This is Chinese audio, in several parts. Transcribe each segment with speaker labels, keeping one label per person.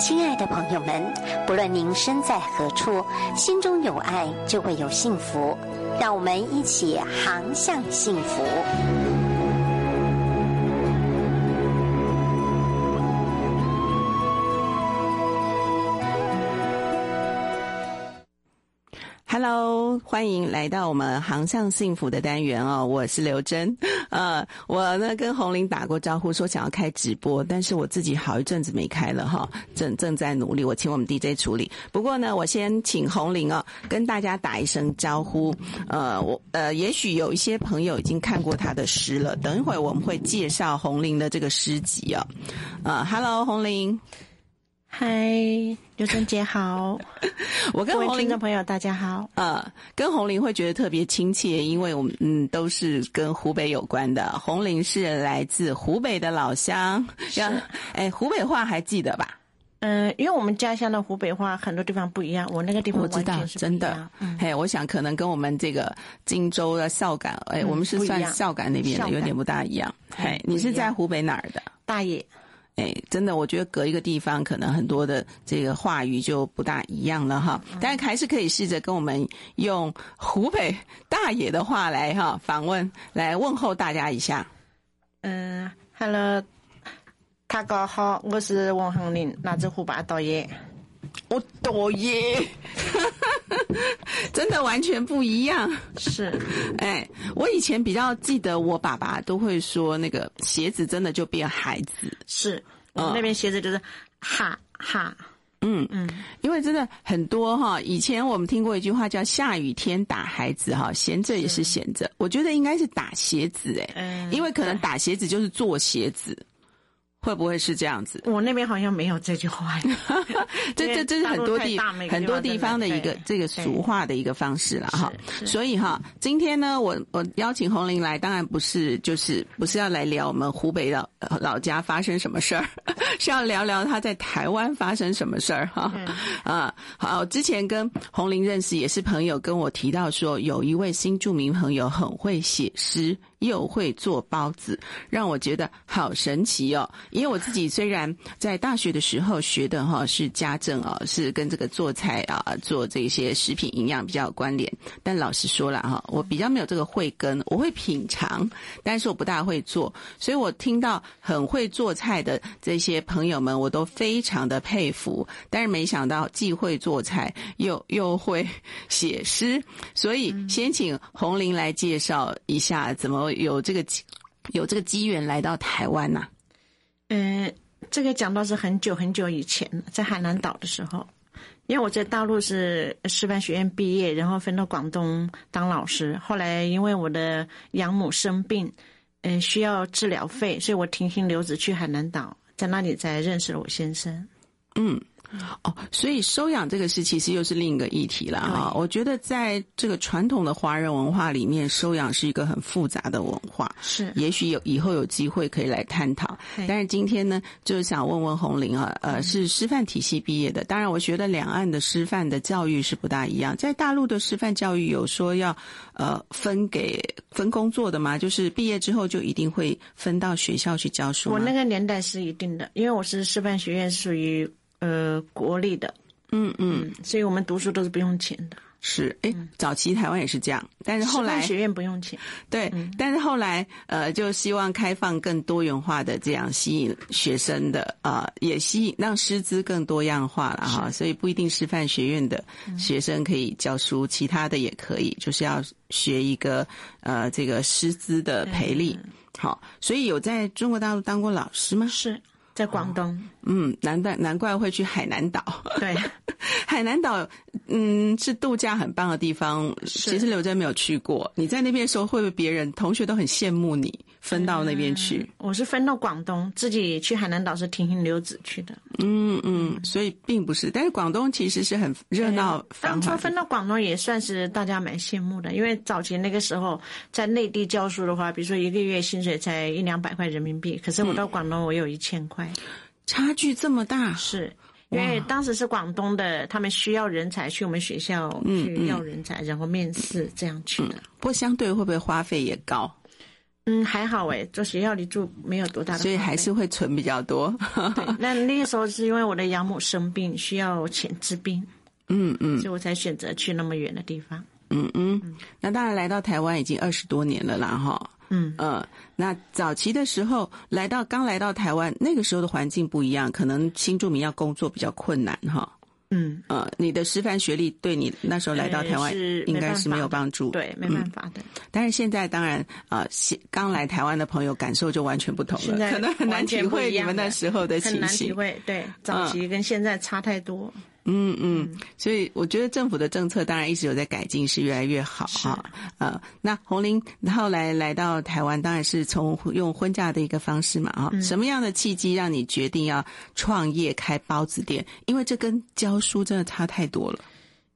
Speaker 1: 亲爱的朋友们，不论您身在何处，心中有爱就会有幸福。让我们一起航向幸福。
Speaker 2: Hello，欢迎来到我们航向幸福的单元哦，我是刘真。 呃，我呢跟红玲打过招呼，说想要开直播，但是我自己好一阵子没开了哈，正正在努力，我请我们 DJ 处理。不过呢，我先请红玲哦，跟大家打一声招呼。呃，我呃，也许有一些朋友已经看过她的诗了，等一会儿我们会介绍红玲的这个诗集哦。呃，Hello，红玲，
Speaker 3: 嗨，刘真姐好，
Speaker 2: 我 跟
Speaker 3: 各位
Speaker 2: 红
Speaker 3: 听
Speaker 2: 玲
Speaker 3: 众朋友大家好。
Speaker 2: 呃，跟红林会觉得特别亲切，因为我们嗯都是跟湖北有关的。红林是来自湖北的老乡，要哎湖北话还记得吧？
Speaker 3: 嗯、因为我们家乡的湖北话很多地方不一样，我那个地方
Speaker 2: 我
Speaker 3: 完
Speaker 2: 知道
Speaker 3: 全，是不
Speaker 2: 真
Speaker 3: 一
Speaker 2: 的
Speaker 3: 样。，嗯，
Speaker 2: 嘿，我想可能跟我们这个荆州的孝感，哎，
Speaker 3: 嗯
Speaker 2: 我们是
Speaker 3: 不一
Speaker 2: 算
Speaker 3: 样
Speaker 2: 孝感那边
Speaker 3: 孝
Speaker 2: 的，有
Speaker 3: 感嗯
Speaker 2: 点不大一样。嘿，
Speaker 3: 不
Speaker 2: 你是
Speaker 3: 一
Speaker 2: 在
Speaker 3: 样
Speaker 2: 湖北哪儿的？
Speaker 3: 大爷，
Speaker 2: 哎，真的，我觉得隔一个地方，可能很多的这个话语就不大一样了哈。但还是可以试着跟我们用湖北大爷的话来哈访问，来问候大家一下。
Speaker 3: 嗯，Hello，大家好，我是王红林，来自湖北大爷。
Speaker 2: 我大爷， 真的完全不一样。
Speaker 3: 是，
Speaker 2: 哎，我以前比较记得，我爸爸都会说那个鞋子真的就变孩子，
Speaker 3: 是，我们那边写着就是哈哈，
Speaker 2: 呃嗯。
Speaker 3: 嗯，
Speaker 2: 因为真的很多哈，以前我们听过一句话叫“下雨天打孩子”哈，闲着也是闲着，我觉得应该是打鞋子哎、
Speaker 3: 嗯
Speaker 2: 因为可能打鞋子就是做鞋子，会不会是这样子？
Speaker 3: 我那边好像没有这句 话。
Speaker 2: 这这这是很多地
Speaker 3: 因为大陆太大每个地方
Speaker 2: 很多地方的一个
Speaker 3: 真的
Speaker 2: 这个俗话的一个方式了哈。
Speaker 3: 是是
Speaker 2: 所以哈，今天呢，我我邀请红玲来，当然不是就是不是要来聊我们湖北老呃老家发生什么事儿， 是要聊聊她在台湾发生什么事儿哈。
Speaker 3: 嗯
Speaker 2: 啊，好，之前跟红玲认识也是朋友跟我提到说，有一位新著名朋友很会写诗，又会做包子，让我觉得好神奇哦。因为我自己虽然在大学的时候学的哈、是家政啊、是跟这个做菜啊、做这些食品营养比较有关联，但老实说了哈、我比较没有这个慧根，我会品尝，但是我不大会做，所以我听到很会做菜的这些朋友们，我都非常的佩服。但是没想到既会做菜，又又会 写诗，所以先请红玲来介绍一下怎么有这个机有这个机缘来到台湾呐、
Speaker 3: 嗯，这个讲到是很久很久以前了，在海南岛的时候，因为我在大陆是师范学院毕业，然后分到广东当老师。后来因为我的养母生病，嗯、需要治疗费，所以我停薪留职去海南岛，在那里才认识了我先生。
Speaker 2: 哦，所以收养这个事其实又是另一个议题了哈。我觉得在这个传统的华人文化里面，收养是一个很复杂的文化。
Speaker 3: 是，
Speaker 2: 也许有以后有机会可以来探讨。
Speaker 3: 对嗯
Speaker 2: 但是今天呢，就是想问问红玲啊，呃，是师范体系毕业的，当然我觉得两岸的师范的教育是不大一样，在大陆的师范教育有说要呃分给分工作的吗？就是毕业之后就一定会分到学校去教书吗？
Speaker 3: 我那个年代是一定的，因为我是师范学院，属于呃国立的，
Speaker 2: 嗯嗯
Speaker 3: 嗯，所以我们读书都是不用钱的。
Speaker 2: 是，哎，早期台湾也是这样，但是后
Speaker 3: 嗯师范
Speaker 2: 来
Speaker 3: 学院不用钱，
Speaker 2: 对，但是后来呃，就希望开放更多元化的这样吸引学生的啊、呃也吸引让师资更多样化了哈，所以不一定师范学院的学生可以教书，其他的也可以，就是要学一个呃这个师资的培力。好，所以有在中国大陆当过老师吗？
Speaker 3: 是在广东，
Speaker 2: 嗯，难怪难怪会去海南岛。
Speaker 3: 对。
Speaker 2: 海南岛，嗯，是度假很棒的地方。其实刘真没有去过，你在那边的时候，会不会别人同学都很羡慕你分到那边去？
Speaker 3: 我是分到广东，自己去海南岛是停薪留职去的。
Speaker 2: 嗯嗯所以并不是。但是广东其实是很热闹繁
Speaker 3: 啊哎当初
Speaker 2: 华的。
Speaker 3: 分到广东也算是大家蛮羡慕的，因为早前那个时候在内地教书的话，比如说一个月薪水才一两百块人民币，可是我到广东我有一千块，
Speaker 2: 差距这么大，
Speaker 3: 是。因为当时是广东的，他们需要人才，去我们学校去要人才，然后面试这样去的。
Speaker 2: 不过相对会不会花费也高？
Speaker 3: 嗯，还好哎，在学校里住没有多大的花费，
Speaker 2: 所以还是会存比较多。
Speaker 3: 对。那那个时候是因为我的养母生病需要钱治病，
Speaker 2: 嗯嗯
Speaker 3: 所以我才选择去那么远的地方。
Speaker 2: 嗯嗯。那当然，来到台湾已经二十多年了啦，哈。
Speaker 3: 嗯
Speaker 2: 呃，那早期的时候，来到刚来到台湾，那个时候的环境不一样，可能新住民要工作比较困难哈。
Speaker 3: 嗯，
Speaker 2: 呃，你的师范学历对你那时候来到台湾
Speaker 3: 呃是
Speaker 2: 应该是没有
Speaker 3: 没办法
Speaker 2: 帮助。嗯
Speaker 3: 对，没办法的。
Speaker 2: 但是现在当然，呃，现刚来台湾的朋友感受就完全不同
Speaker 3: 现
Speaker 2: 了，
Speaker 3: 在
Speaker 2: 可能很难
Speaker 3: 完
Speaker 2: 体
Speaker 3: 全不
Speaker 2: 会
Speaker 3: 一
Speaker 2: 你
Speaker 3: 样
Speaker 2: 们那
Speaker 3: 的
Speaker 2: 时候的
Speaker 3: 很
Speaker 2: 情
Speaker 3: 难
Speaker 2: 形
Speaker 3: 体。会，对，早期跟现在差太多。
Speaker 2: 嗯嗯，所以我觉得政府的政策当然一直有在改进，是越来越好哈。呃，那红玲后来来到台湾，当然是从用婚嫁的一个方式嘛啊、
Speaker 3: 嗯
Speaker 2: 什么样的契机让你决定要创业开包子店？因为这跟教书真的差太多了。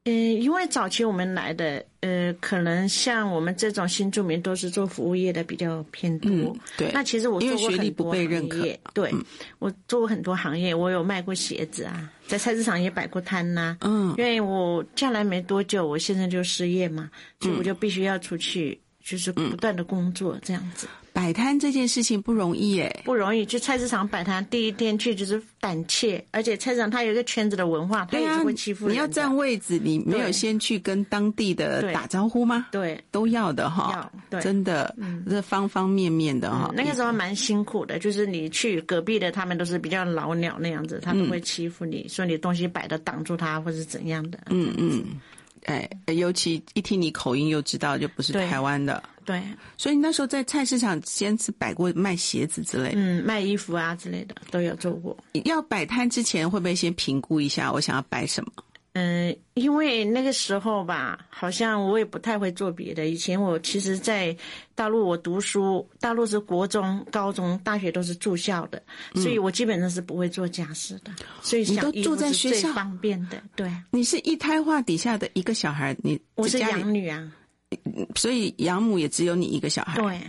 Speaker 3: 嗯，因为早期我们来的，呃，可能像我们这种新住民都是做服务业的比较偏多。
Speaker 2: 嗯，对，
Speaker 3: 那其实我
Speaker 2: 因为
Speaker 3: 做过
Speaker 2: 学历
Speaker 3: 很
Speaker 2: 不
Speaker 3: 多
Speaker 2: 被
Speaker 3: 行
Speaker 2: 认可嗯
Speaker 3: 业，对、我做过很多行业，我有卖过鞋子啊，在菜市场也摆过摊呐、
Speaker 2: 嗯
Speaker 3: 因为我嫁来没多久，我先生就失业嘛，所
Speaker 2: 嗯
Speaker 3: 以我就必须要出去，就是不断的工作这样子，
Speaker 2: 摆摊这件事情不容易诶。
Speaker 3: 不容易。去菜市场摆摊，第一天去就是胆怯，而且菜市场它有一个圈子的文化，它
Speaker 2: 对
Speaker 3: 也
Speaker 2: 啊
Speaker 3: 是会欺，负人的。
Speaker 2: 你要占位子，你没有
Speaker 3: 对
Speaker 2: 先去跟当地的
Speaker 3: 对
Speaker 2: 打招呼吗？
Speaker 3: 对。
Speaker 2: 都要的哈
Speaker 3: 要，对嗯
Speaker 2: 真的，这方方面面的哈
Speaker 3: 嗯。那个时候蛮辛苦的，就是你去隔壁的，他们都是比较老鸟那样
Speaker 2: 嗯
Speaker 3: 子，他都会欺负你，说你东西摆的挡住他，或是怎样的。
Speaker 2: 嗯嗯，哎，尤其一听你口音又知道就不是
Speaker 3: 对
Speaker 2: 台湾的，
Speaker 3: 对，
Speaker 2: 所以你那时候在菜市场先是摆过卖鞋子之类的。
Speaker 3: 嗯，卖衣服啊之类的都有做过。
Speaker 2: 要摆摊之前会不会先评估一下我想要摆什么？
Speaker 3: 嗯，因为那个时候吧，好像我也不太会做别的。以前我其实，在大陆我读书，大陆是国中、高中、大学都是住校的，所以我基本上是不会做家事的。所以
Speaker 2: 嗯你都
Speaker 3: 想衣
Speaker 2: 住
Speaker 3: 服
Speaker 2: 在
Speaker 3: 是
Speaker 2: 学
Speaker 3: 最
Speaker 2: 校
Speaker 3: 方便的。对，
Speaker 2: 你是一胎化底下的一个小孩，你
Speaker 3: 我是
Speaker 2: 家里，
Speaker 3: 养女啊。
Speaker 2: 所以养母也只有你一个小孩。
Speaker 3: 对，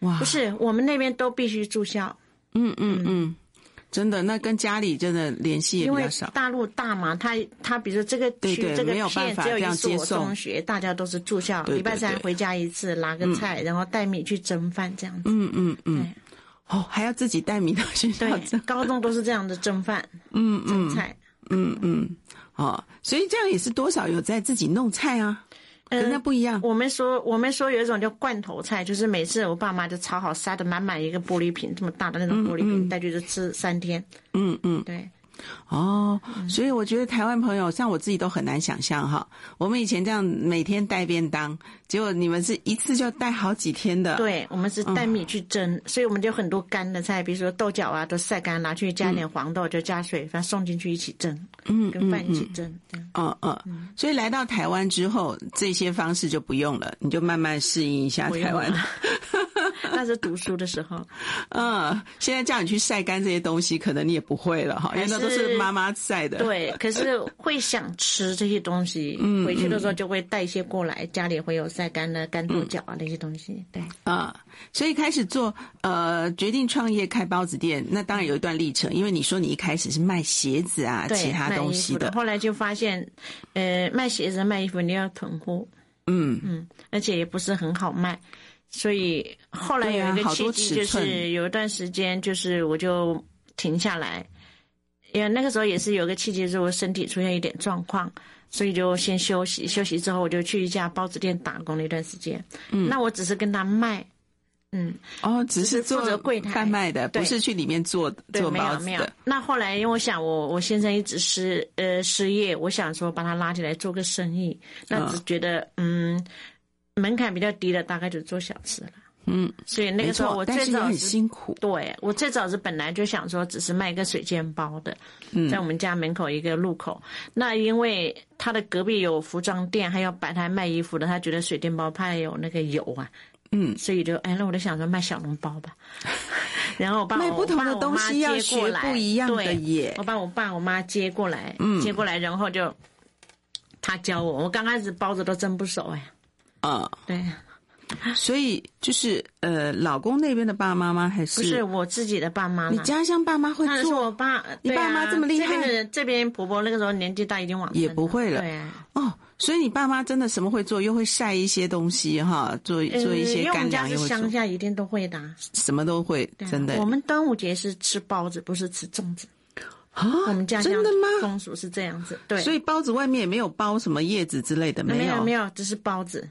Speaker 2: 哇，
Speaker 3: 不是我们那边都必须住校，
Speaker 2: 嗯嗯嗯，真的，那跟家里真的联系也
Speaker 3: 因
Speaker 2: 比
Speaker 3: 为
Speaker 2: 较少。
Speaker 3: 大陆大嘛，他他比如说这个
Speaker 2: 对
Speaker 3: 区
Speaker 2: 对
Speaker 3: 这个
Speaker 2: 没有办
Speaker 3: 县
Speaker 2: 法
Speaker 3: 只有
Speaker 2: 这样
Speaker 3: 一
Speaker 2: 接
Speaker 3: 所
Speaker 2: 送
Speaker 3: 中学，大家都是住校，
Speaker 2: 对
Speaker 3: 礼拜
Speaker 2: 对
Speaker 3: 三
Speaker 2: 对
Speaker 3: 回家一次，拿个菜，然后带米去蒸饭这样子。
Speaker 2: 嗯嗯嗯
Speaker 3: 对，
Speaker 2: 哦，还要自己带米到学校
Speaker 3: 对，
Speaker 2: 蒸，
Speaker 3: 高中都是这样的蒸饭、
Speaker 2: 嗯
Speaker 3: 蒸
Speaker 2: 嗯
Speaker 3: 菜。
Speaker 2: 嗯嗯，哦，所以这样也是多少有在自己弄菜啊，跟那不一样。
Speaker 3: 呃我们说我们说有一种叫罐头菜，就是每次我爸妈就炒好塞的满满一个玻璃瓶这么大的那种玻璃瓶，带去就吃三天。
Speaker 2: 嗯嗯，
Speaker 3: 对，
Speaker 2: 哦，所以我觉得台湾朋友像我自己都很难想象哈。我们以前这样每天带便当，结果你们是一次就带好几天的。，
Speaker 3: 对我们是
Speaker 2: 嗯
Speaker 3: 带米去蒸，所以我们就很多干的菜，比如说豆角啊，都晒干，拿去加点黄豆，就加水，反正送进去一起蒸，
Speaker 2: 嗯
Speaker 3: 跟饭一起蒸。这样
Speaker 2: 嗯嗯。所以来到台湾之后，这些方式就不用了，你就慢慢适应一下
Speaker 3: 不用
Speaker 2: 啊台湾
Speaker 3: 了。 那是读书的时候，
Speaker 2: 嗯，现在叫你去晒干这些东西，可能你也不会了哈，因为那都是
Speaker 3: 还是
Speaker 2: 妈妈晒的。，
Speaker 3: 对，可是会想吃这些东西，回去的时候就会带一些过来，家里会有晒干的干豆角啊那些东西，对。
Speaker 2: 啊、所以开始做呃，决定创业开包子店，那当然有一段历程，因为你说你一开始是卖鞋子啊，
Speaker 3: 对，
Speaker 2: 其他
Speaker 3: 卖
Speaker 2: 东
Speaker 3: 衣
Speaker 2: 西
Speaker 3: 服后来就发现，呃，卖鞋子、卖衣服你要囤货，
Speaker 2: 嗯
Speaker 3: 嗯，而且也不是很好卖，所以后来
Speaker 2: 对啊
Speaker 3: 有一个
Speaker 2: 好多
Speaker 3: 契机，就
Speaker 2: 尺寸
Speaker 3: 是有一段时间，就是我就停下来，因为那个时候也是有个契机，就是我身体出现一点状况。所以就先休息，休息之后我就去一家包子店打工了一段时间。嗯，那我只是跟他卖，嗯，
Speaker 2: 哦，只是
Speaker 3: 是负
Speaker 2: 做
Speaker 3: 责柜台
Speaker 2: 贩卖的，
Speaker 3: 对
Speaker 2: 不是去里面做
Speaker 3: 对，
Speaker 2: 做
Speaker 3: 没
Speaker 2: 包
Speaker 3: 有
Speaker 2: 子
Speaker 3: 没有
Speaker 2: 的。。
Speaker 3: 那后来因为我想我我先生一直失呃失业，我想说把他拉进来做个生意，那只觉得嗯门槛比较低的，大概就做小吃了。
Speaker 2: 嗯，
Speaker 3: 所以那
Speaker 2: 没
Speaker 3: 个时候
Speaker 2: 错
Speaker 3: 我，
Speaker 2: 但
Speaker 3: 最
Speaker 2: 是也
Speaker 3: 早
Speaker 2: 很
Speaker 3: 是。
Speaker 2: 辛苦。
Speaker 3: 对我最早是本来就想说，只是卖个水煎包的，
Speaker 2: 嗯
Speaker 3: 在我们家门口一个路口。那因为他的隔壁有服装店，还有摆摊卖衣服的，他觉得水煎包怕有那个油啊，
Speaker 2: 嗯，
Speaker 3: 所以就哎，那我就想说卖小笼 包吧。然后我把
Speaker 2: 卖
Speaker 3: 我
Speaker 2: 不同
Speaker 3: 爸
Speaker 2: 的
Speaker 3: 我
Speaker 2: 东
Speaker 3: 妈
Speaker 2: 西要
Speaker 3: 接过
Speaker 2: 学
Speaker 3: 来
Speaker 2: 不一样的
Speaker 3: 对
Speaker 2: 耶嗯
Speaker 3: 我把我爸我妈接过来，接过来，然后就他教我，我刚开始包子都蒸不熟哎，
Speaker 2: 啊、
Speaker 3: 对，
Speaker 2: 所以就是呃，老公那边的爸爸妈妈还是
Speaker 3: 不是我自己的爸妈
Speaker 2: 你
Speaker 3: 嘛。
Speaker 2: 家乡爸妈会
Speaker 3: 当然是我
Speaker 2: 做
Speaker 3: 爸，
Speaker 2: 你
Speaker 3: 对
Speaker 2: 爸妈
Speaker 3: 啊
Speaker 2: 这么厉害
Speaker 3: 这边的这边婆婆那个时候年纪大，已经往生
Speaker 2: 也不会了
Speaker 3: 对啊，
Speaker 2: 哦，所以你爸妈真的什么会做，又会晒一些东西哈，做
Speaker 3: 呃
Speaker 2: 做一些
Speaker 3: 因为我
Speaker 2: 干
Speaker 3: 们家
Speaker 2: 粮，
Speaker 3: 是
Speaker 2: 又会做
Speaker 3: 乡下，一定都会的啊。
Speaker 2: 什么都会
Speaker 3: 对，啊
Speaker 2: 真的。
Speaker 3: 我们端午节是吃包子，不是吃粽子。
Speaker 2: 啊，
Speaker 3: 我们家乡
Speaker 2: 真的吗？
Speaker 3: 风俗是这样子，对。
Speaker 2: 所以包子外面也没有包什么叶子之类的，
Speaker 3: 没
Speaker 2: 有
Speaker 3: 没有，嗯只是包子。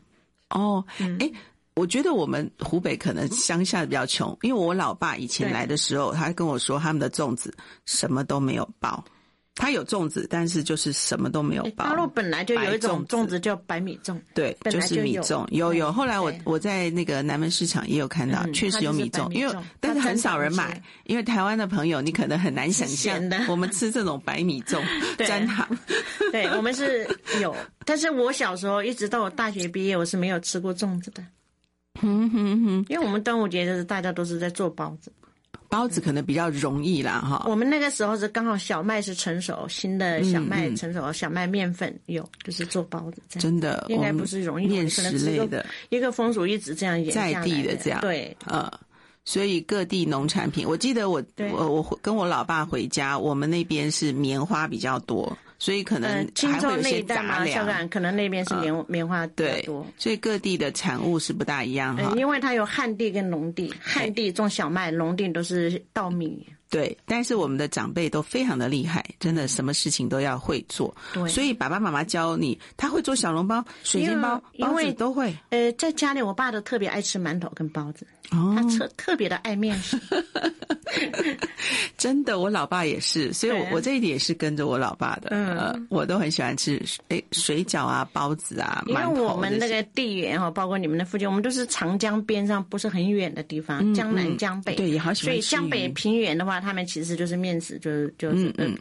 Speaker 2: 哦，哎，我觉得我们湖北可能乡下比较穷，因为我老爸以前
Speaker 3: 对
Speaker 2: 来的时候，他跟我说他们的粽子什么都没有包，他有粽子，但是就是什么都没有
Speaker 3: 诶
Speaker 2: 包。
Speaker 3: 大陆本来就有一种
Speaker 2: 白粽
Speaker 3: 粽
Speaker 2: 子
Speaker 3: 子叫白米粽，
Speaker 2: 对，
Speaker 3: 本来
Speaker 2: 是
Speaker 3: 就
Speaker 2: 米
Speaker 3: 有
Speaker 2: 粽，有
Speaker 3: 对
Speaker 2: 有。后来我
Speaker 3: 对
Speaker 2: 我在那个南门市场也有看到，
Speaker 3: 嗯
Speaker 2: 确实有米
Speaker 3: 它就
Speaker 2: 粽，
Speaker 3: 是白米
Speaker 2: 因为
Speaker 3: 粽
Speaker 2: 但是
Speaker 3: 它
Speaker 2: 很少人
Speaker 3: 沾
Speaker 2: 买
Speaker 3: 糖，
Speaker 2: 因为台湾的朋友你可能很难想象
Speaker 3: 咸的
Speaker 2: 我们吃这种白米粽
Speaker 3: 对
Speaker 2: 沾糖。
Speaker 3: 对我们是有。但是我小时候一直到我大学毕业，我是没有吃过粽子的，
Speaker 2: 嗯哼哼，
Speaker 3: 因为我们端午节就是大家都是在做包子。
Speaker 2: 包子可能比较容易啦哈。
Speaker 3: 我们那个时候是刚好小麦是成熟，新的小麦
Speaker 2: 嗯嗯
Speaker 3: 成熟，小麦面粉有，就是做包子这样。
Speaker 2: 真的，
Speaker 3: 应该
Speaker 2: 我们
Speaker 3: 不是容易
Speaker 2: 面
Speaker 3: 可
Speaker 2: 食
Speaker 3: 能吃
Speaker 2: 类
Speaker 3: 个
Speaker 2: 的，
Speaker 3: 一个风俗一直这样演
Speaker 2: 在
Speaker 3: 下
Speaker 2: 地
Speaker 3: 来
Speaker 2: 的这样
Speaker 3: 对，
Speaker 2: 呃，所以各地农产品，我记得我
Speaker 3: 对
Speaker 2: 我我回跟我老爸回家，我们那边是棉花比较多，所以可
Speaker 3: 呃
Speaker 2: 能，
Speaker 3: 青
Speaker 2: 还会
Speaker 3: 州
Speaker 2: 有一
Speaker 3: 那一
Speaker 2: 些
Speaker 3: 带
Speaker 2: 杂
Speaker 3: 嘛，香
Speaker 2: 粮，
Speaker 3: 港可能那边是棉、棉花比较
Speaker 2: 对
Speaker 3: 多。，
Speaker 2: 所以各地的产物是不大一样哈
Speaker 3: 嗯，。因为它有旱地跟农地，旱地种小麦，农地都是稻米。
Speaker 2: 对，但是我们的长辈都非常的厉害，真的什么事情都要会做。
Speaker 3: 对
Speaker 2: 所以爸爸妈妈教你，他会做小笼包、水
Speaker 3: 因
Speaker 2: 煎
Speaker 3: 为
Speaker 2: 包、
Speaker 3: 因
Speaker 2: 包子
Speaker 3: 为
Speaker 2: 都会。
Speaker 3: 呃，在家里，我爸都特别爱吃馒头跟包子，
Speaker 2: 哦
Speaker 3: 他特特别的爱面食。
Speaker 2: 真的，我老爸也是，所以我
Speaker 3: 对啊
Speaker 2: 我这一点也是跟着我老爸的。
Speaker 3: 嗯
Speaker 2: 呃，我都很喜欢吃诶水饺啊、包子啊、
Speaker 3: 因为
Speaker 2: 馒
Speaker 3: 我
Speaker 2: 头
Speaker 3: 们
Speaker 2: 这
Speaker 3: 那
Speaker 2: 些。
Speaker 3: 个地缘哦哈，包括你们的附近，我们都是长江边上，不是很远的地方，江南、江
Speaker 2: 嗯
Speaker 3: 北。
Speaker 2: 对也好喜欢
Speaker 3: 所以
Speaker 2: 吃
Speaker 3: 江北
Speaker 2: 鱼
Speaker 3: 平原的话，他们其实就是面食，就是就是
Speaker 2: 嗯嗯，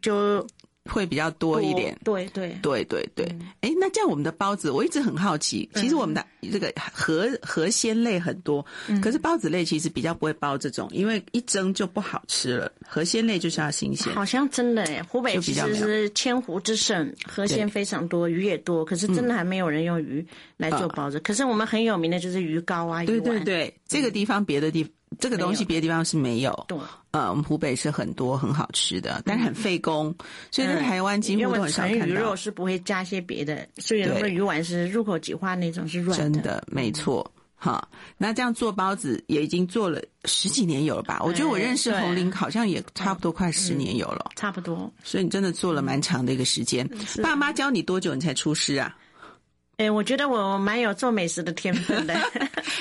Speaker 3: 就
Speaker 2: 会比较多一点。
Speaker 3: 对对，
Speaker 2: 对对对，
Speaker 3: 嗯
Speaker 2: 哎、那这样我们的包子，我一直很好奇，其实我们的这个河河鲜类很多，
Speaker 3: 嗯
Speaker 2: 可是包子类其实比较不会包这种，因为一蒸就不好吃了。河鲜类就是要新鲜，
Speaker 3: 好像真的哎，湖北
Speaker 2: 就比
Speaker 3: 其
Speaker 2: 较
Speaker 3: 实
Speaker 2: 没有
Speaker 3: 是千湖之省，河鲜
Speaker 2: 对嗯
Speaker 3: 非常多，鱼也多，可是真的还没有人用鱼来做包子。可是我们很有名的就是鱼糕啊，
Speaker 2: 啊对
Speaker 3: 鱼
Speaker 2: 对
Speaker 3: 丸，
Speaker 2: 对，这个地方别的地这个东西别的地方是没有。
Speaker 3: 对，
Speaker 2: 呃，我们湖北是很多很好吃的，但是很费工，所以在
Speaker 3: 嗯
Speaker 2: 台湾几
Speaker 3: 因
Speaker 2: 乎都
Speaker 3: 为
Speaker 2: 很少
Speaker 3: 纯
Speaker 2: 看
Speaker 3: 鱼
Speaker 2: 到
Speaker 3: 肉。是不会加些别的，所以那
Speaker 2: 对
Speaker 3: 个鱼丸是入口即化那种，是软
Speaker 2: 真的，没错。
Speaker 3: 嗯
Speaker 2: 哈，那这样做包子也已经做了十几年有了吧？我觉得我认识
Speaker 3: 对嗯
Speaker 2: 红林好像也差不多快十年有了，
Speaker 3: 差不多。
Speaker 2: 所以你真的做了蛮长的一个时间。
Speaker 3: 嗯是
Speaker 2: 爸妈教你多久你才出师 啊？
Speaker 3: 哎，我觉得我蛮有做美食的天分的，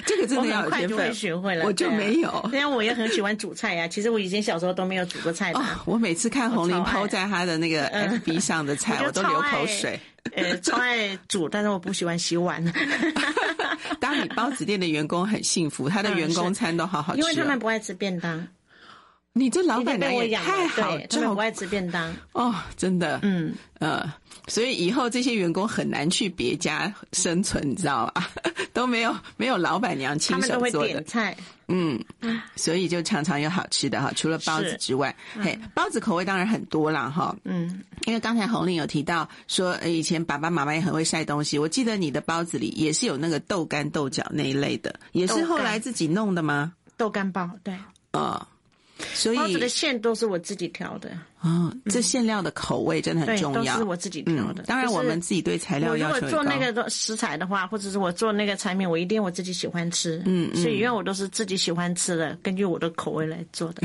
Speaker 2: 这个 真
Speaker 3: 我
Speaker 2: 的要
Speaker 3: 很
Speaker 2: 有
Speaker 3: 快
Speaker 2: 天
Speaker 3: 就会
Speaker 2: 分，
Speaker 3: 学会了。
Speaker 2: 我就
Speaker 3: 对啊
Speaker 2: 没有
Speaker 3: 虽然我也很喜欢煮菜呀，其实我以前小时候都没有煮过菜的
Speaker 2: 哦
Speaker 3: 啊。，
Speaker 2: 我每次看红林
Speaker 3: 我超爱嗯
Speaker 2: 抛在他的那个 FB 上的菜，
Speaker 3: 我就
Speaker 2: 我都
Speaker 3: 超
Speaker 2: 流
Speaker 3: 爱
Speaker 2: 口水。
Speaker 3: 呃，超爱煮，但是我不喜欢洗碗，
Speaker 2: 哦当你包子店的员工很幸福，他的
Speaker 3: 嗯
Speaker 2: 员
Speaker 3: 是
Speaker 2: 工餐都好好吃
Speaker 3: 因
Speaker 2: 哦。
Speaker 3: 为他们不爱吃便当。
Speaker 2: 你这老
Speaker 3: 已经
Speaker 2: 板娘
Speaker 3: 被我
Speaker 2: 也
Speaker 3: 养
Speaker 2: 太
Speaker 3: 了，
Speaker 2: 好
Speaker 3: 对，他
Speaker 2: 照
Speaker 3: 们
Speaker 2: 顾
Speaker 3: 不爱吃便当。
Speaker 2: 哦，真的，
Speaker 3: 嗯，
Speaker 2: 呃，所以以后这些员工很难去别家生存，你知道吧？ 都没有没有老板娘
Speaker 3: 他
Speaker 2: 亲
Speaker 3: 们都
Speaker 2: 手
Speaker 3: 会
Speaker 2: 做
Speaker 3: 点
Speaker 2: 的，
Speaker 3: 菜，
Speaker 2: 嗯，所以就常常有好吃的哈。除了包子
Speaker 3: 是
Speaker 2: 之外，嘿，包子口味当然很多啦哈。
Speaker 3: 嗯，
Speaker 2: 因为刚才红玲有提到说，呃，以前爸爸妈妈也很会晒东西，我记得你的包子里也是有那个豆干、豆角那一类的，也
Speaker 3: 豆
Speaker 2: 是
Speaker 3: 干
Speaker 2: 后来自己弄的吗？
Speaker 3: 豆干包，对，
Speaker 2: 呃，所
Speaker 3: 包子的
Speaker 2: 以
Speaker 3: 馅都是我自己调的，
Speaker 2: 哦，这馅料的口味真的很
Speaker 3: 对，
Speaker 2: 重
Speaker 3: 都
Speaker 2: 要。
Speaker 3: 是我自己调
Speaker 2: 嗯
Speaker 3: 的。，
Speaker 2: 当然
Speaker 3: 就是
Speaker 2: 我们自己对材料
Speaker 3: 我如
Speaker 2: 要
Speaker 3: 果
Speaker 2: 求也
Speaker 3: 做
Speaker 2: 高
Speaker 3: 那个东食材的话，或者是我做那个产品，我一定我自己喜欢吃，嗯，所以因为我都是自己喜欢吃的，根据我的口味来 做的。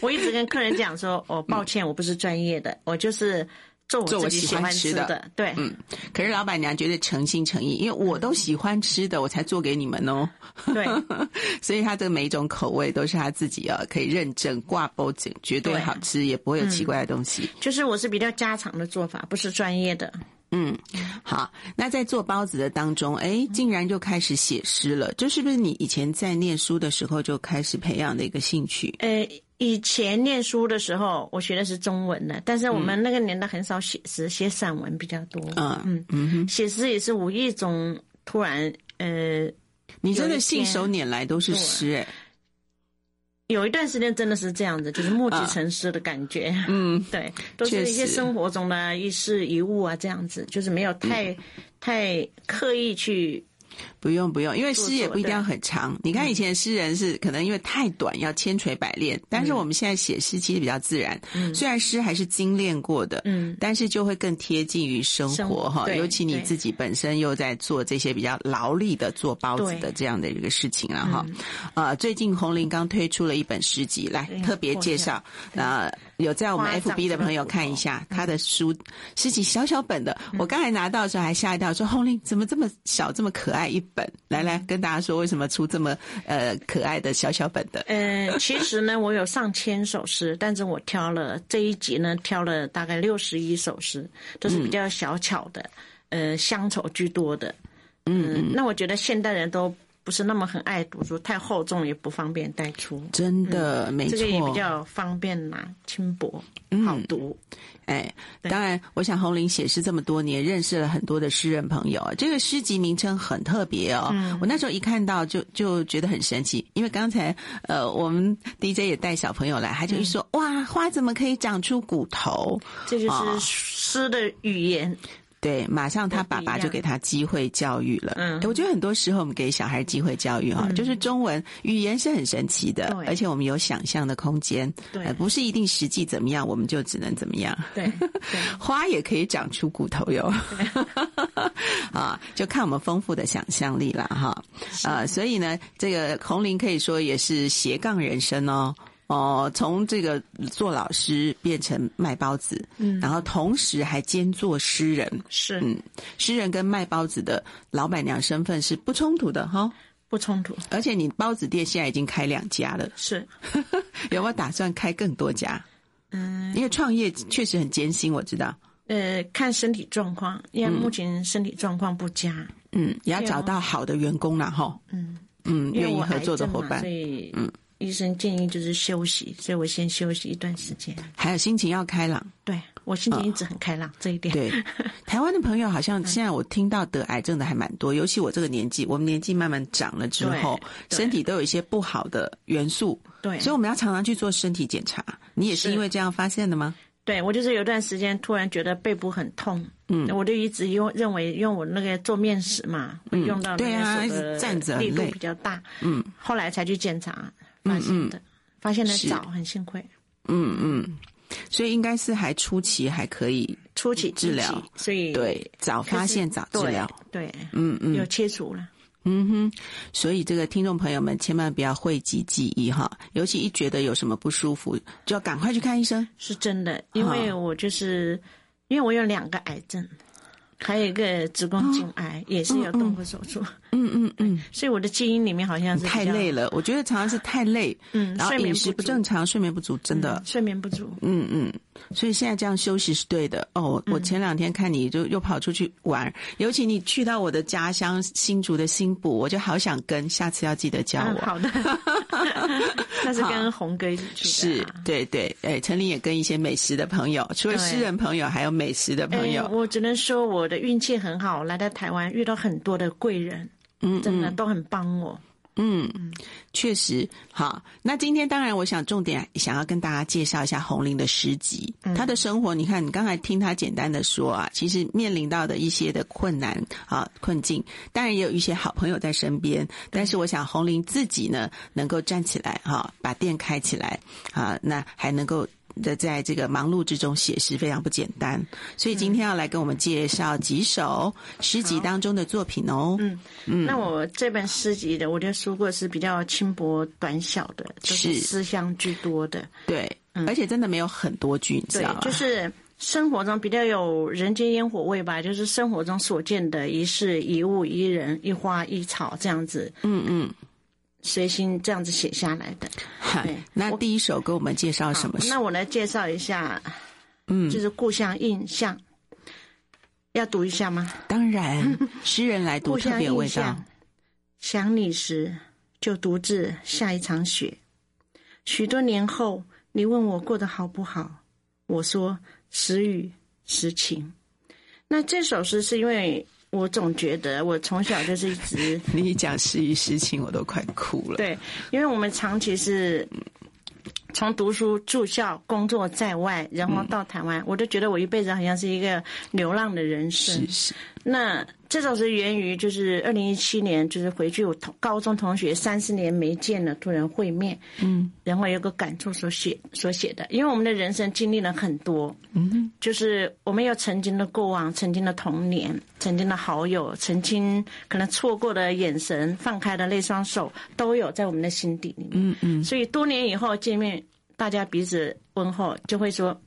Speaker 3: 我一直跟客人讲说，哦，抱歉，我不是专业的，我就是做
Speaker 2: 做
Speaker 3: 我
Speaker 2: 我
Speaker 3: 自己
Speaker 2: 喜
Speaker 3: 喜
Speaker 2: 欢
Speaker 3: 欢
Speaker 2: 吃
Speaker 3: 吃
Speaker 2: 的嗯
Speaker 3: 的，对，
Speaker 2: 可是老板娘绝对诚心诚意，因为我都喜欢吃的，我才做给你们哦。
Speaker 3: 对，
Speaker 2: 所以她这每一种口味都是她自己啊，可以认证挂包景，绝对
Speaker 3: 对
Speaker 2: 好吃，也不会有奇怪的东西。
Speaker 3: 就是我是比较家常的做法，不是专业的，
Speaker 2: 嗯，好，那在做包子的当中，哎，竟然就开始写诗了，这是不是你以前在念书的时候就开始培养的一个兴趣？
Speaker 3: 呃，以前念书的时候，我学的是中文的，但是我们那个年代很少写诗，写散文比较多。
Speaker 2: 嗯
Speaker 3: 嗯嗯，写诗也是无意中突然，呃，
Speaker 2: 你真
Speaker 3: 有
Speaker 2: 的
Speaker 3: 一
Speaker 2: 信
Speaker 3: 天
Speaker 2: 手拈来都是
Speaker 3: 对
Speaker 2: 诗哎、
Speaker 3: 有一段时间真的是这样子，就是目击成诗的感觉。嗯， 对，都是
Speaker 2: 确
Speaker 3: 一些
Speaker 2: 实
Speaker 3: 生活嗯中的一事一物啊，这样子，就是没有太、太刻意去
Speaker 2: 不用不用，因为诗也不一定要
Speaker 3: 做嗯
Speaker 2: 很长。你看以前诗人是可能因为太短，要千锤百炼，但是
Speaker 3: 嗯
Speaker 2: 我们现在写诗其实比较自然。虽然诗还是精炼过的，
Speaker 3: 嗯，
Speaker 2: 但是就会更贴近于生
Speaker 3: 生
Speaker 2: 活
Speaker 3: 活
Speaker 2: 哈。
Speaker 3: 对
Speaker 2: 尤其你
Speaker 3: 对
Speaker 2: 自己本身又在做这些比较劳力的做包子
Speaker 3: 对嗯
Speaker 2: 的这样的一个事情了哈。呃，最近红林刚推出了一本诗集，来
Speaker 3: 对
Speaker 2: 特别介绍呃。有在我们
Speaker 3: 花葬
Speaker 2: FB 的朋友看一下
Speaker 3: 嗯
Speaker 2: 他的书，诗集小小本的，我刚才拿到的时候还吓一跳，说红林怎么这么小这么可爱一本？来来跟大家说为什么出这么呃可爱的小小本的？
Speaker 3: 呃， 其实呢，我有上千首诗，但是我挑了这一集呢，挑了大概六十一首诗，都是比较小巧的，呃，乡愁居多的。嗯、那我觉得现代人都不是那么很爱读书，太厚重也不方便带出，
Speaker 2: 真的、没
Speaker 3: 嗯这
Speaker 2: 错，
Speaker 3: 个也比较方便拿，轻薄，好读。
Speaker 2: 哎，当然，我想红林写诗这么多年，认识了很多的诗人朋友啊。这个诗集名称很特别哦，
Speaker 3: 嗯
Speaker 2: 我那时候一看到就就觉得很神奇，因为刚才呃，我们 DJ 也带小朋友来，他就一
Speaker 3: 嗯
Speaker 2: 说、哇，花怎么可以长出骨头？
Speaker 3: 这就
Speaker 2: 哦
Speaker 3: 是诗的语言，
Speaker 2: 对，马上他爸爸就给他机会教育了。
Speaker 3: 嗯
Speaker 2: 我觉得很多时候我们给小孩机会教育哈、就是中文语言是很神奇的，
Speaker 3: 对
Speaker 2: 而且我们有想象的空间，
Speaker 3: 对
Speaker 2: 呃不是一定实际怎么样，我们就只能怎么样。
Speaker 3: 对对。
Speaker 2: 花也可以长出骨头哟， 啊，就看我们丰富的想象力了哈。呃，所以呢，这个红林可以说也是斜杠人生哦。哦，从这个做老师变成卖包子，嗯，然后同时还兼做诗人，
Speaker 3: 是
Speaker 2: 嗯，诗人跟卖包子的老板娘身份是不冲突的哈、
Speaker 3: 不冲突，
Speaker 2: 而且你包子店现在已经开两家了，
Speaker 3: 是
Speaker 2: 有没有打算开更多家？
Speaker 3: 嗯，
Speaker 2: 因为创业确实很艰辛，我知道。
Speaker 3: 呃，看身体状况，因为目前身体状况不佳，
Speaker 2: 嗯，也要
Speaker 3: 对哦
Speaker 2: 找到好的员工啦，啊哈。
Speaker 3: 嗯
Speaker 2: 嗯，
Speaker 3: 因为
Speaker 2: 愿意
Speaker 3: 我
Speaker 2: 合作的
Speaker 3: 癌症
Speaker 2: 伙
Speaker 3: 嘛
Speaker 2: 伴嗯
Speaker 3: 所，以医生建议就是休息，所以我先休息一段时间。
Speaker 2: 还有心情要开 朗。
Speaker 3: 对我心情一直很开朗，这一点
Speaker 2: 啊对，台湾的朋友好
Speaker 3: 嗯
Speaker 2: 像现在我听到得癌症的还蛮多，尤其我这个年纪，我们年纪慢慢长了之后，
Speaker 3: 对对
Speaker 2: 身体都有一些不好的元素，
Speaker 3: 对
Speaker 2: 所以我们要常常去做身体检查。你也是
Speaker 3: 是
Speaker 2: 因为这样发现的吗？
Speaker 3: 对我就是有段时间突然觉得背部很痛，嗯，我就一直用认为用我那个做面食嘛，会用到
Speaker 2: 对啊
Speaker 3: 那
Speaker 2: 一
Speaker 3: 个
Speaker 2: 直
Speaker 3: 手的
Speaker 2: 站着很
Speaker 3: 力度
Speaker 2: 累嗯
Speaker 3: 比较大，嗯，后来才去检查，发现的，发现的
Speaker 2: 是
Speaker 3: 早，很幸亏。
Speaker 2: 嗯嗯，所以应该是还初期还可以，
Speaker 3: 初期
Speaker 2: 治疗
Speaker 3: 初期所以
Speaker 2: 对，早
Speaker 3: 可是
Speaker 2: 发现早治
Speaker 3: 对
Speaker 2: 疗。
Speaker 3: 对，嗯嗯，有切除了，
Speaker 2: 嗯哼，所以这个听众朋友们千万不要讳疾忌医哈，尤其一觉得有什么不舒服，就要赶快去看医生。
Speaker 3: 是真的，因为
Speaker 2: 啊
Speaker 3: 我就是因为我有两个癌症，还有一个子宫颈癌，也是有动过手术，
Speaker 2: 啊嗯嗯嗯，
Speaker 3: 所以我的基因里面好像是比较
Speaker 2: 太累，了，我觉得常常是太累，
Speaker 3: 嗯
Speaker 2: 然后
Speaker 3: 睡眠
Speaker 2: 饮
Speaker 3: 不
Speaker 2: 食不
Speaker 3: 足
Speaker 2: 正常，睡眠不足，真的，
Speaker 3: 睡眠不足，
Speaker 2: 嗯嗯，所以现在这样休息是对的。哦，我
Speaker 3: 嗯
Speaker 2: 我前两天看你就又跑出去玩，尤其你去到我的家乡新竹的新埔，我就好想跟，下次要记得教
Speaker 3: 嗯，
Speaker 2: 我。
Speaker 3: 好的，那是跟红哥一起去
Speaker 2: 是
Speaker 3: 的啊。
Speaker 2: 对对，哎，陈琳也跟一些美食的朋友，除了
Speaker 3: 对
Speaker 2: 诗人朋友，还有美食的朋友
Speaker 3: 哎，我只能说我的运气很好，来到台湾遇到很多的贵人，
Speaker 2: 嗯
Speaker 3: 真的都很帮我。
Speaker 2: 嗯，确实，好。那今天当然，我想重点想要跟大家介绍一下红林的诗集，他的生活。你看，你刚才听他简单的说啊，其实面临到的一些的困难啊困境，当然也有一些好朋友在身边。但是我想，红林自己呢，能够站起来哈、把店开起来啊，那还能够。的在这个忙碌之中写诗非常不简单，所以今天要来跟我们介绍几首诗集当中的作品哦。嗯，
Speaker 3: 那我这本诗集的，我的书过是比较轻薄短小的，都
Speaker 2: 是
Speaker 3: 是思乡居多的。
Speaker 2: 对，而且真的没有很多句，你知
Speaker 3: 嗯对
Speaker 2: 道吗，？
Speaker 3: 就是生活中比较有人间烟火味吧，就是生活中所见的一事、一物、一人、一花、一草这样子，嗯嗯，随心这样子写下来的。
Speaker 2: 哈
Speaker 3: 对
Speaker 2: 那第一首给我们介绍什么
Speaker 3: 好
Speaker 2: 是
Speaker 3: 啊 那我来介绍一下，嗯，就是故乡印象，要读一下吗？
Speaker 2: 当然，诗人来读
Speaker 3: 故
Speaker 2: 特
Speaker 3: 乡
Speaker 2: 别有味
Speaker 3: 印
Speaker 2: 道
Speaker 3: 象。。想你时，就独自下一场雪。许多年后，你问我过得好不好，我说时雨时晴。那这首诗是因为我总觉得我从小就是一直
Speaker 2: 你一讲诗与诗情，我都快哭了。
Speaker 3: 对，因为我们长期是从读书、住校、工作在外，然后到台湾，我都觉得我一辈子好像是一个流浪的人生
Speaker 2: 是。是，
Speaker 3: 那最早是源于就是二零一七年，就是回去我同高中同学三十年没见了，突然会面，嗯，然后有个感触所写所写的，因为我们的人生经历了很多，嗯，就是我们有曾经的过往，曾经的童年，曾经的好友，曾经可能错过的眼神，放开的那双手，都有在我们的心底里面，嗯嗯，所以多年以后见面，大家彼此问候，就会说。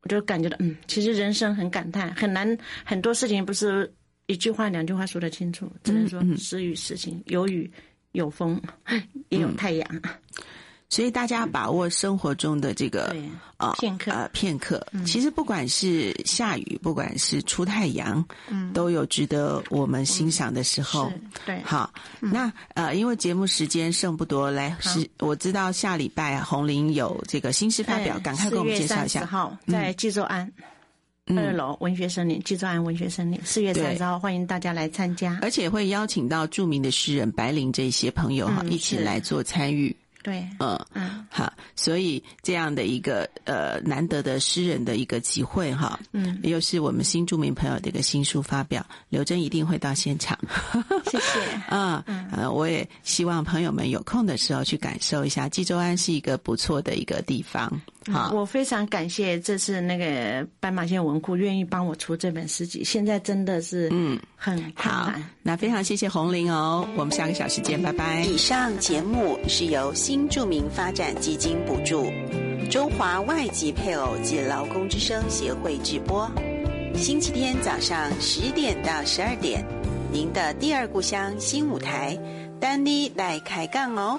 Speaker 3: 我就感觉到，嗯，其实人生很感叹，很难，很多事情不是一句话、两句话说得清楚，只能说
Speaker 2: 嗯
Speaker 3: 时雨时晴，有雨有风， 也
Speaker 2: 嗯
Speaker 3: 有太阳。
Speaker 2: 所以大家把握生活中的这个
Speaker 3: 对嗯
Speaker 2: 啊
Speaker 3: 片刻
Speaker 2: 呃片刻，其实不管是下雨，不管是出太阳，都有值得我们欣赏的时候
Speaker 3: 嗯是。嗯对
Speaker 2: 好，那呃，因为节目时间剩不多，来是我知道下礼拜红林有这个新诗发表，赶快给我们介绍一
Speaker 3: 4月30
Speaker 2: 下。嗯
Speaker 3: 号在济州庵、二楼文学森林，济州庵文学森林，四月
Speaker 2: 对哎
Speaker 3: 三十号欢迎大家来参加。
Speaker 2: 而且会邀请到著名的诗人白灵这些朋友哈，
Speaker 3: 嗯
Speaker 2: 一起
Speaker 3: 是
Speaker 2: 来做参与。
Speaker 3: 对，
Speaker 2: 嗯，
Speaker 3: 嗯，
Speaker 2: 好，所以这样的一个呃难得的诗人的一个集会哈，
Speaker 3: 嗯，
Speaker 2: 又是我们新著名朋友的一个新书发表，刘真一定会到现场。
Speaker 3: 谢 谢。
Speaker 2: 啊，
Speaker 3: 嗯
Speaker 2: 呃，我也希望朋友们有空的时候去感受一下，济州湾是一个不错的一个地方啊。
Speaker 3: 我非常感谢这次那个斑马线文库愿意帮我出这本诗集，现在真的是嗯很困
Speaker 2: 好
Speaker 3: 难。，
Speaker 2: 那非常谢谢红玲哦，我们下个小时见，拜拜。
Speaker 4: 以上节目是由新著名发展基金补助，中华外籍配偶及劳工之声协会直播，星期天早上十点到十二点，您的第二故乡新舞台，丹妮来开杠哦。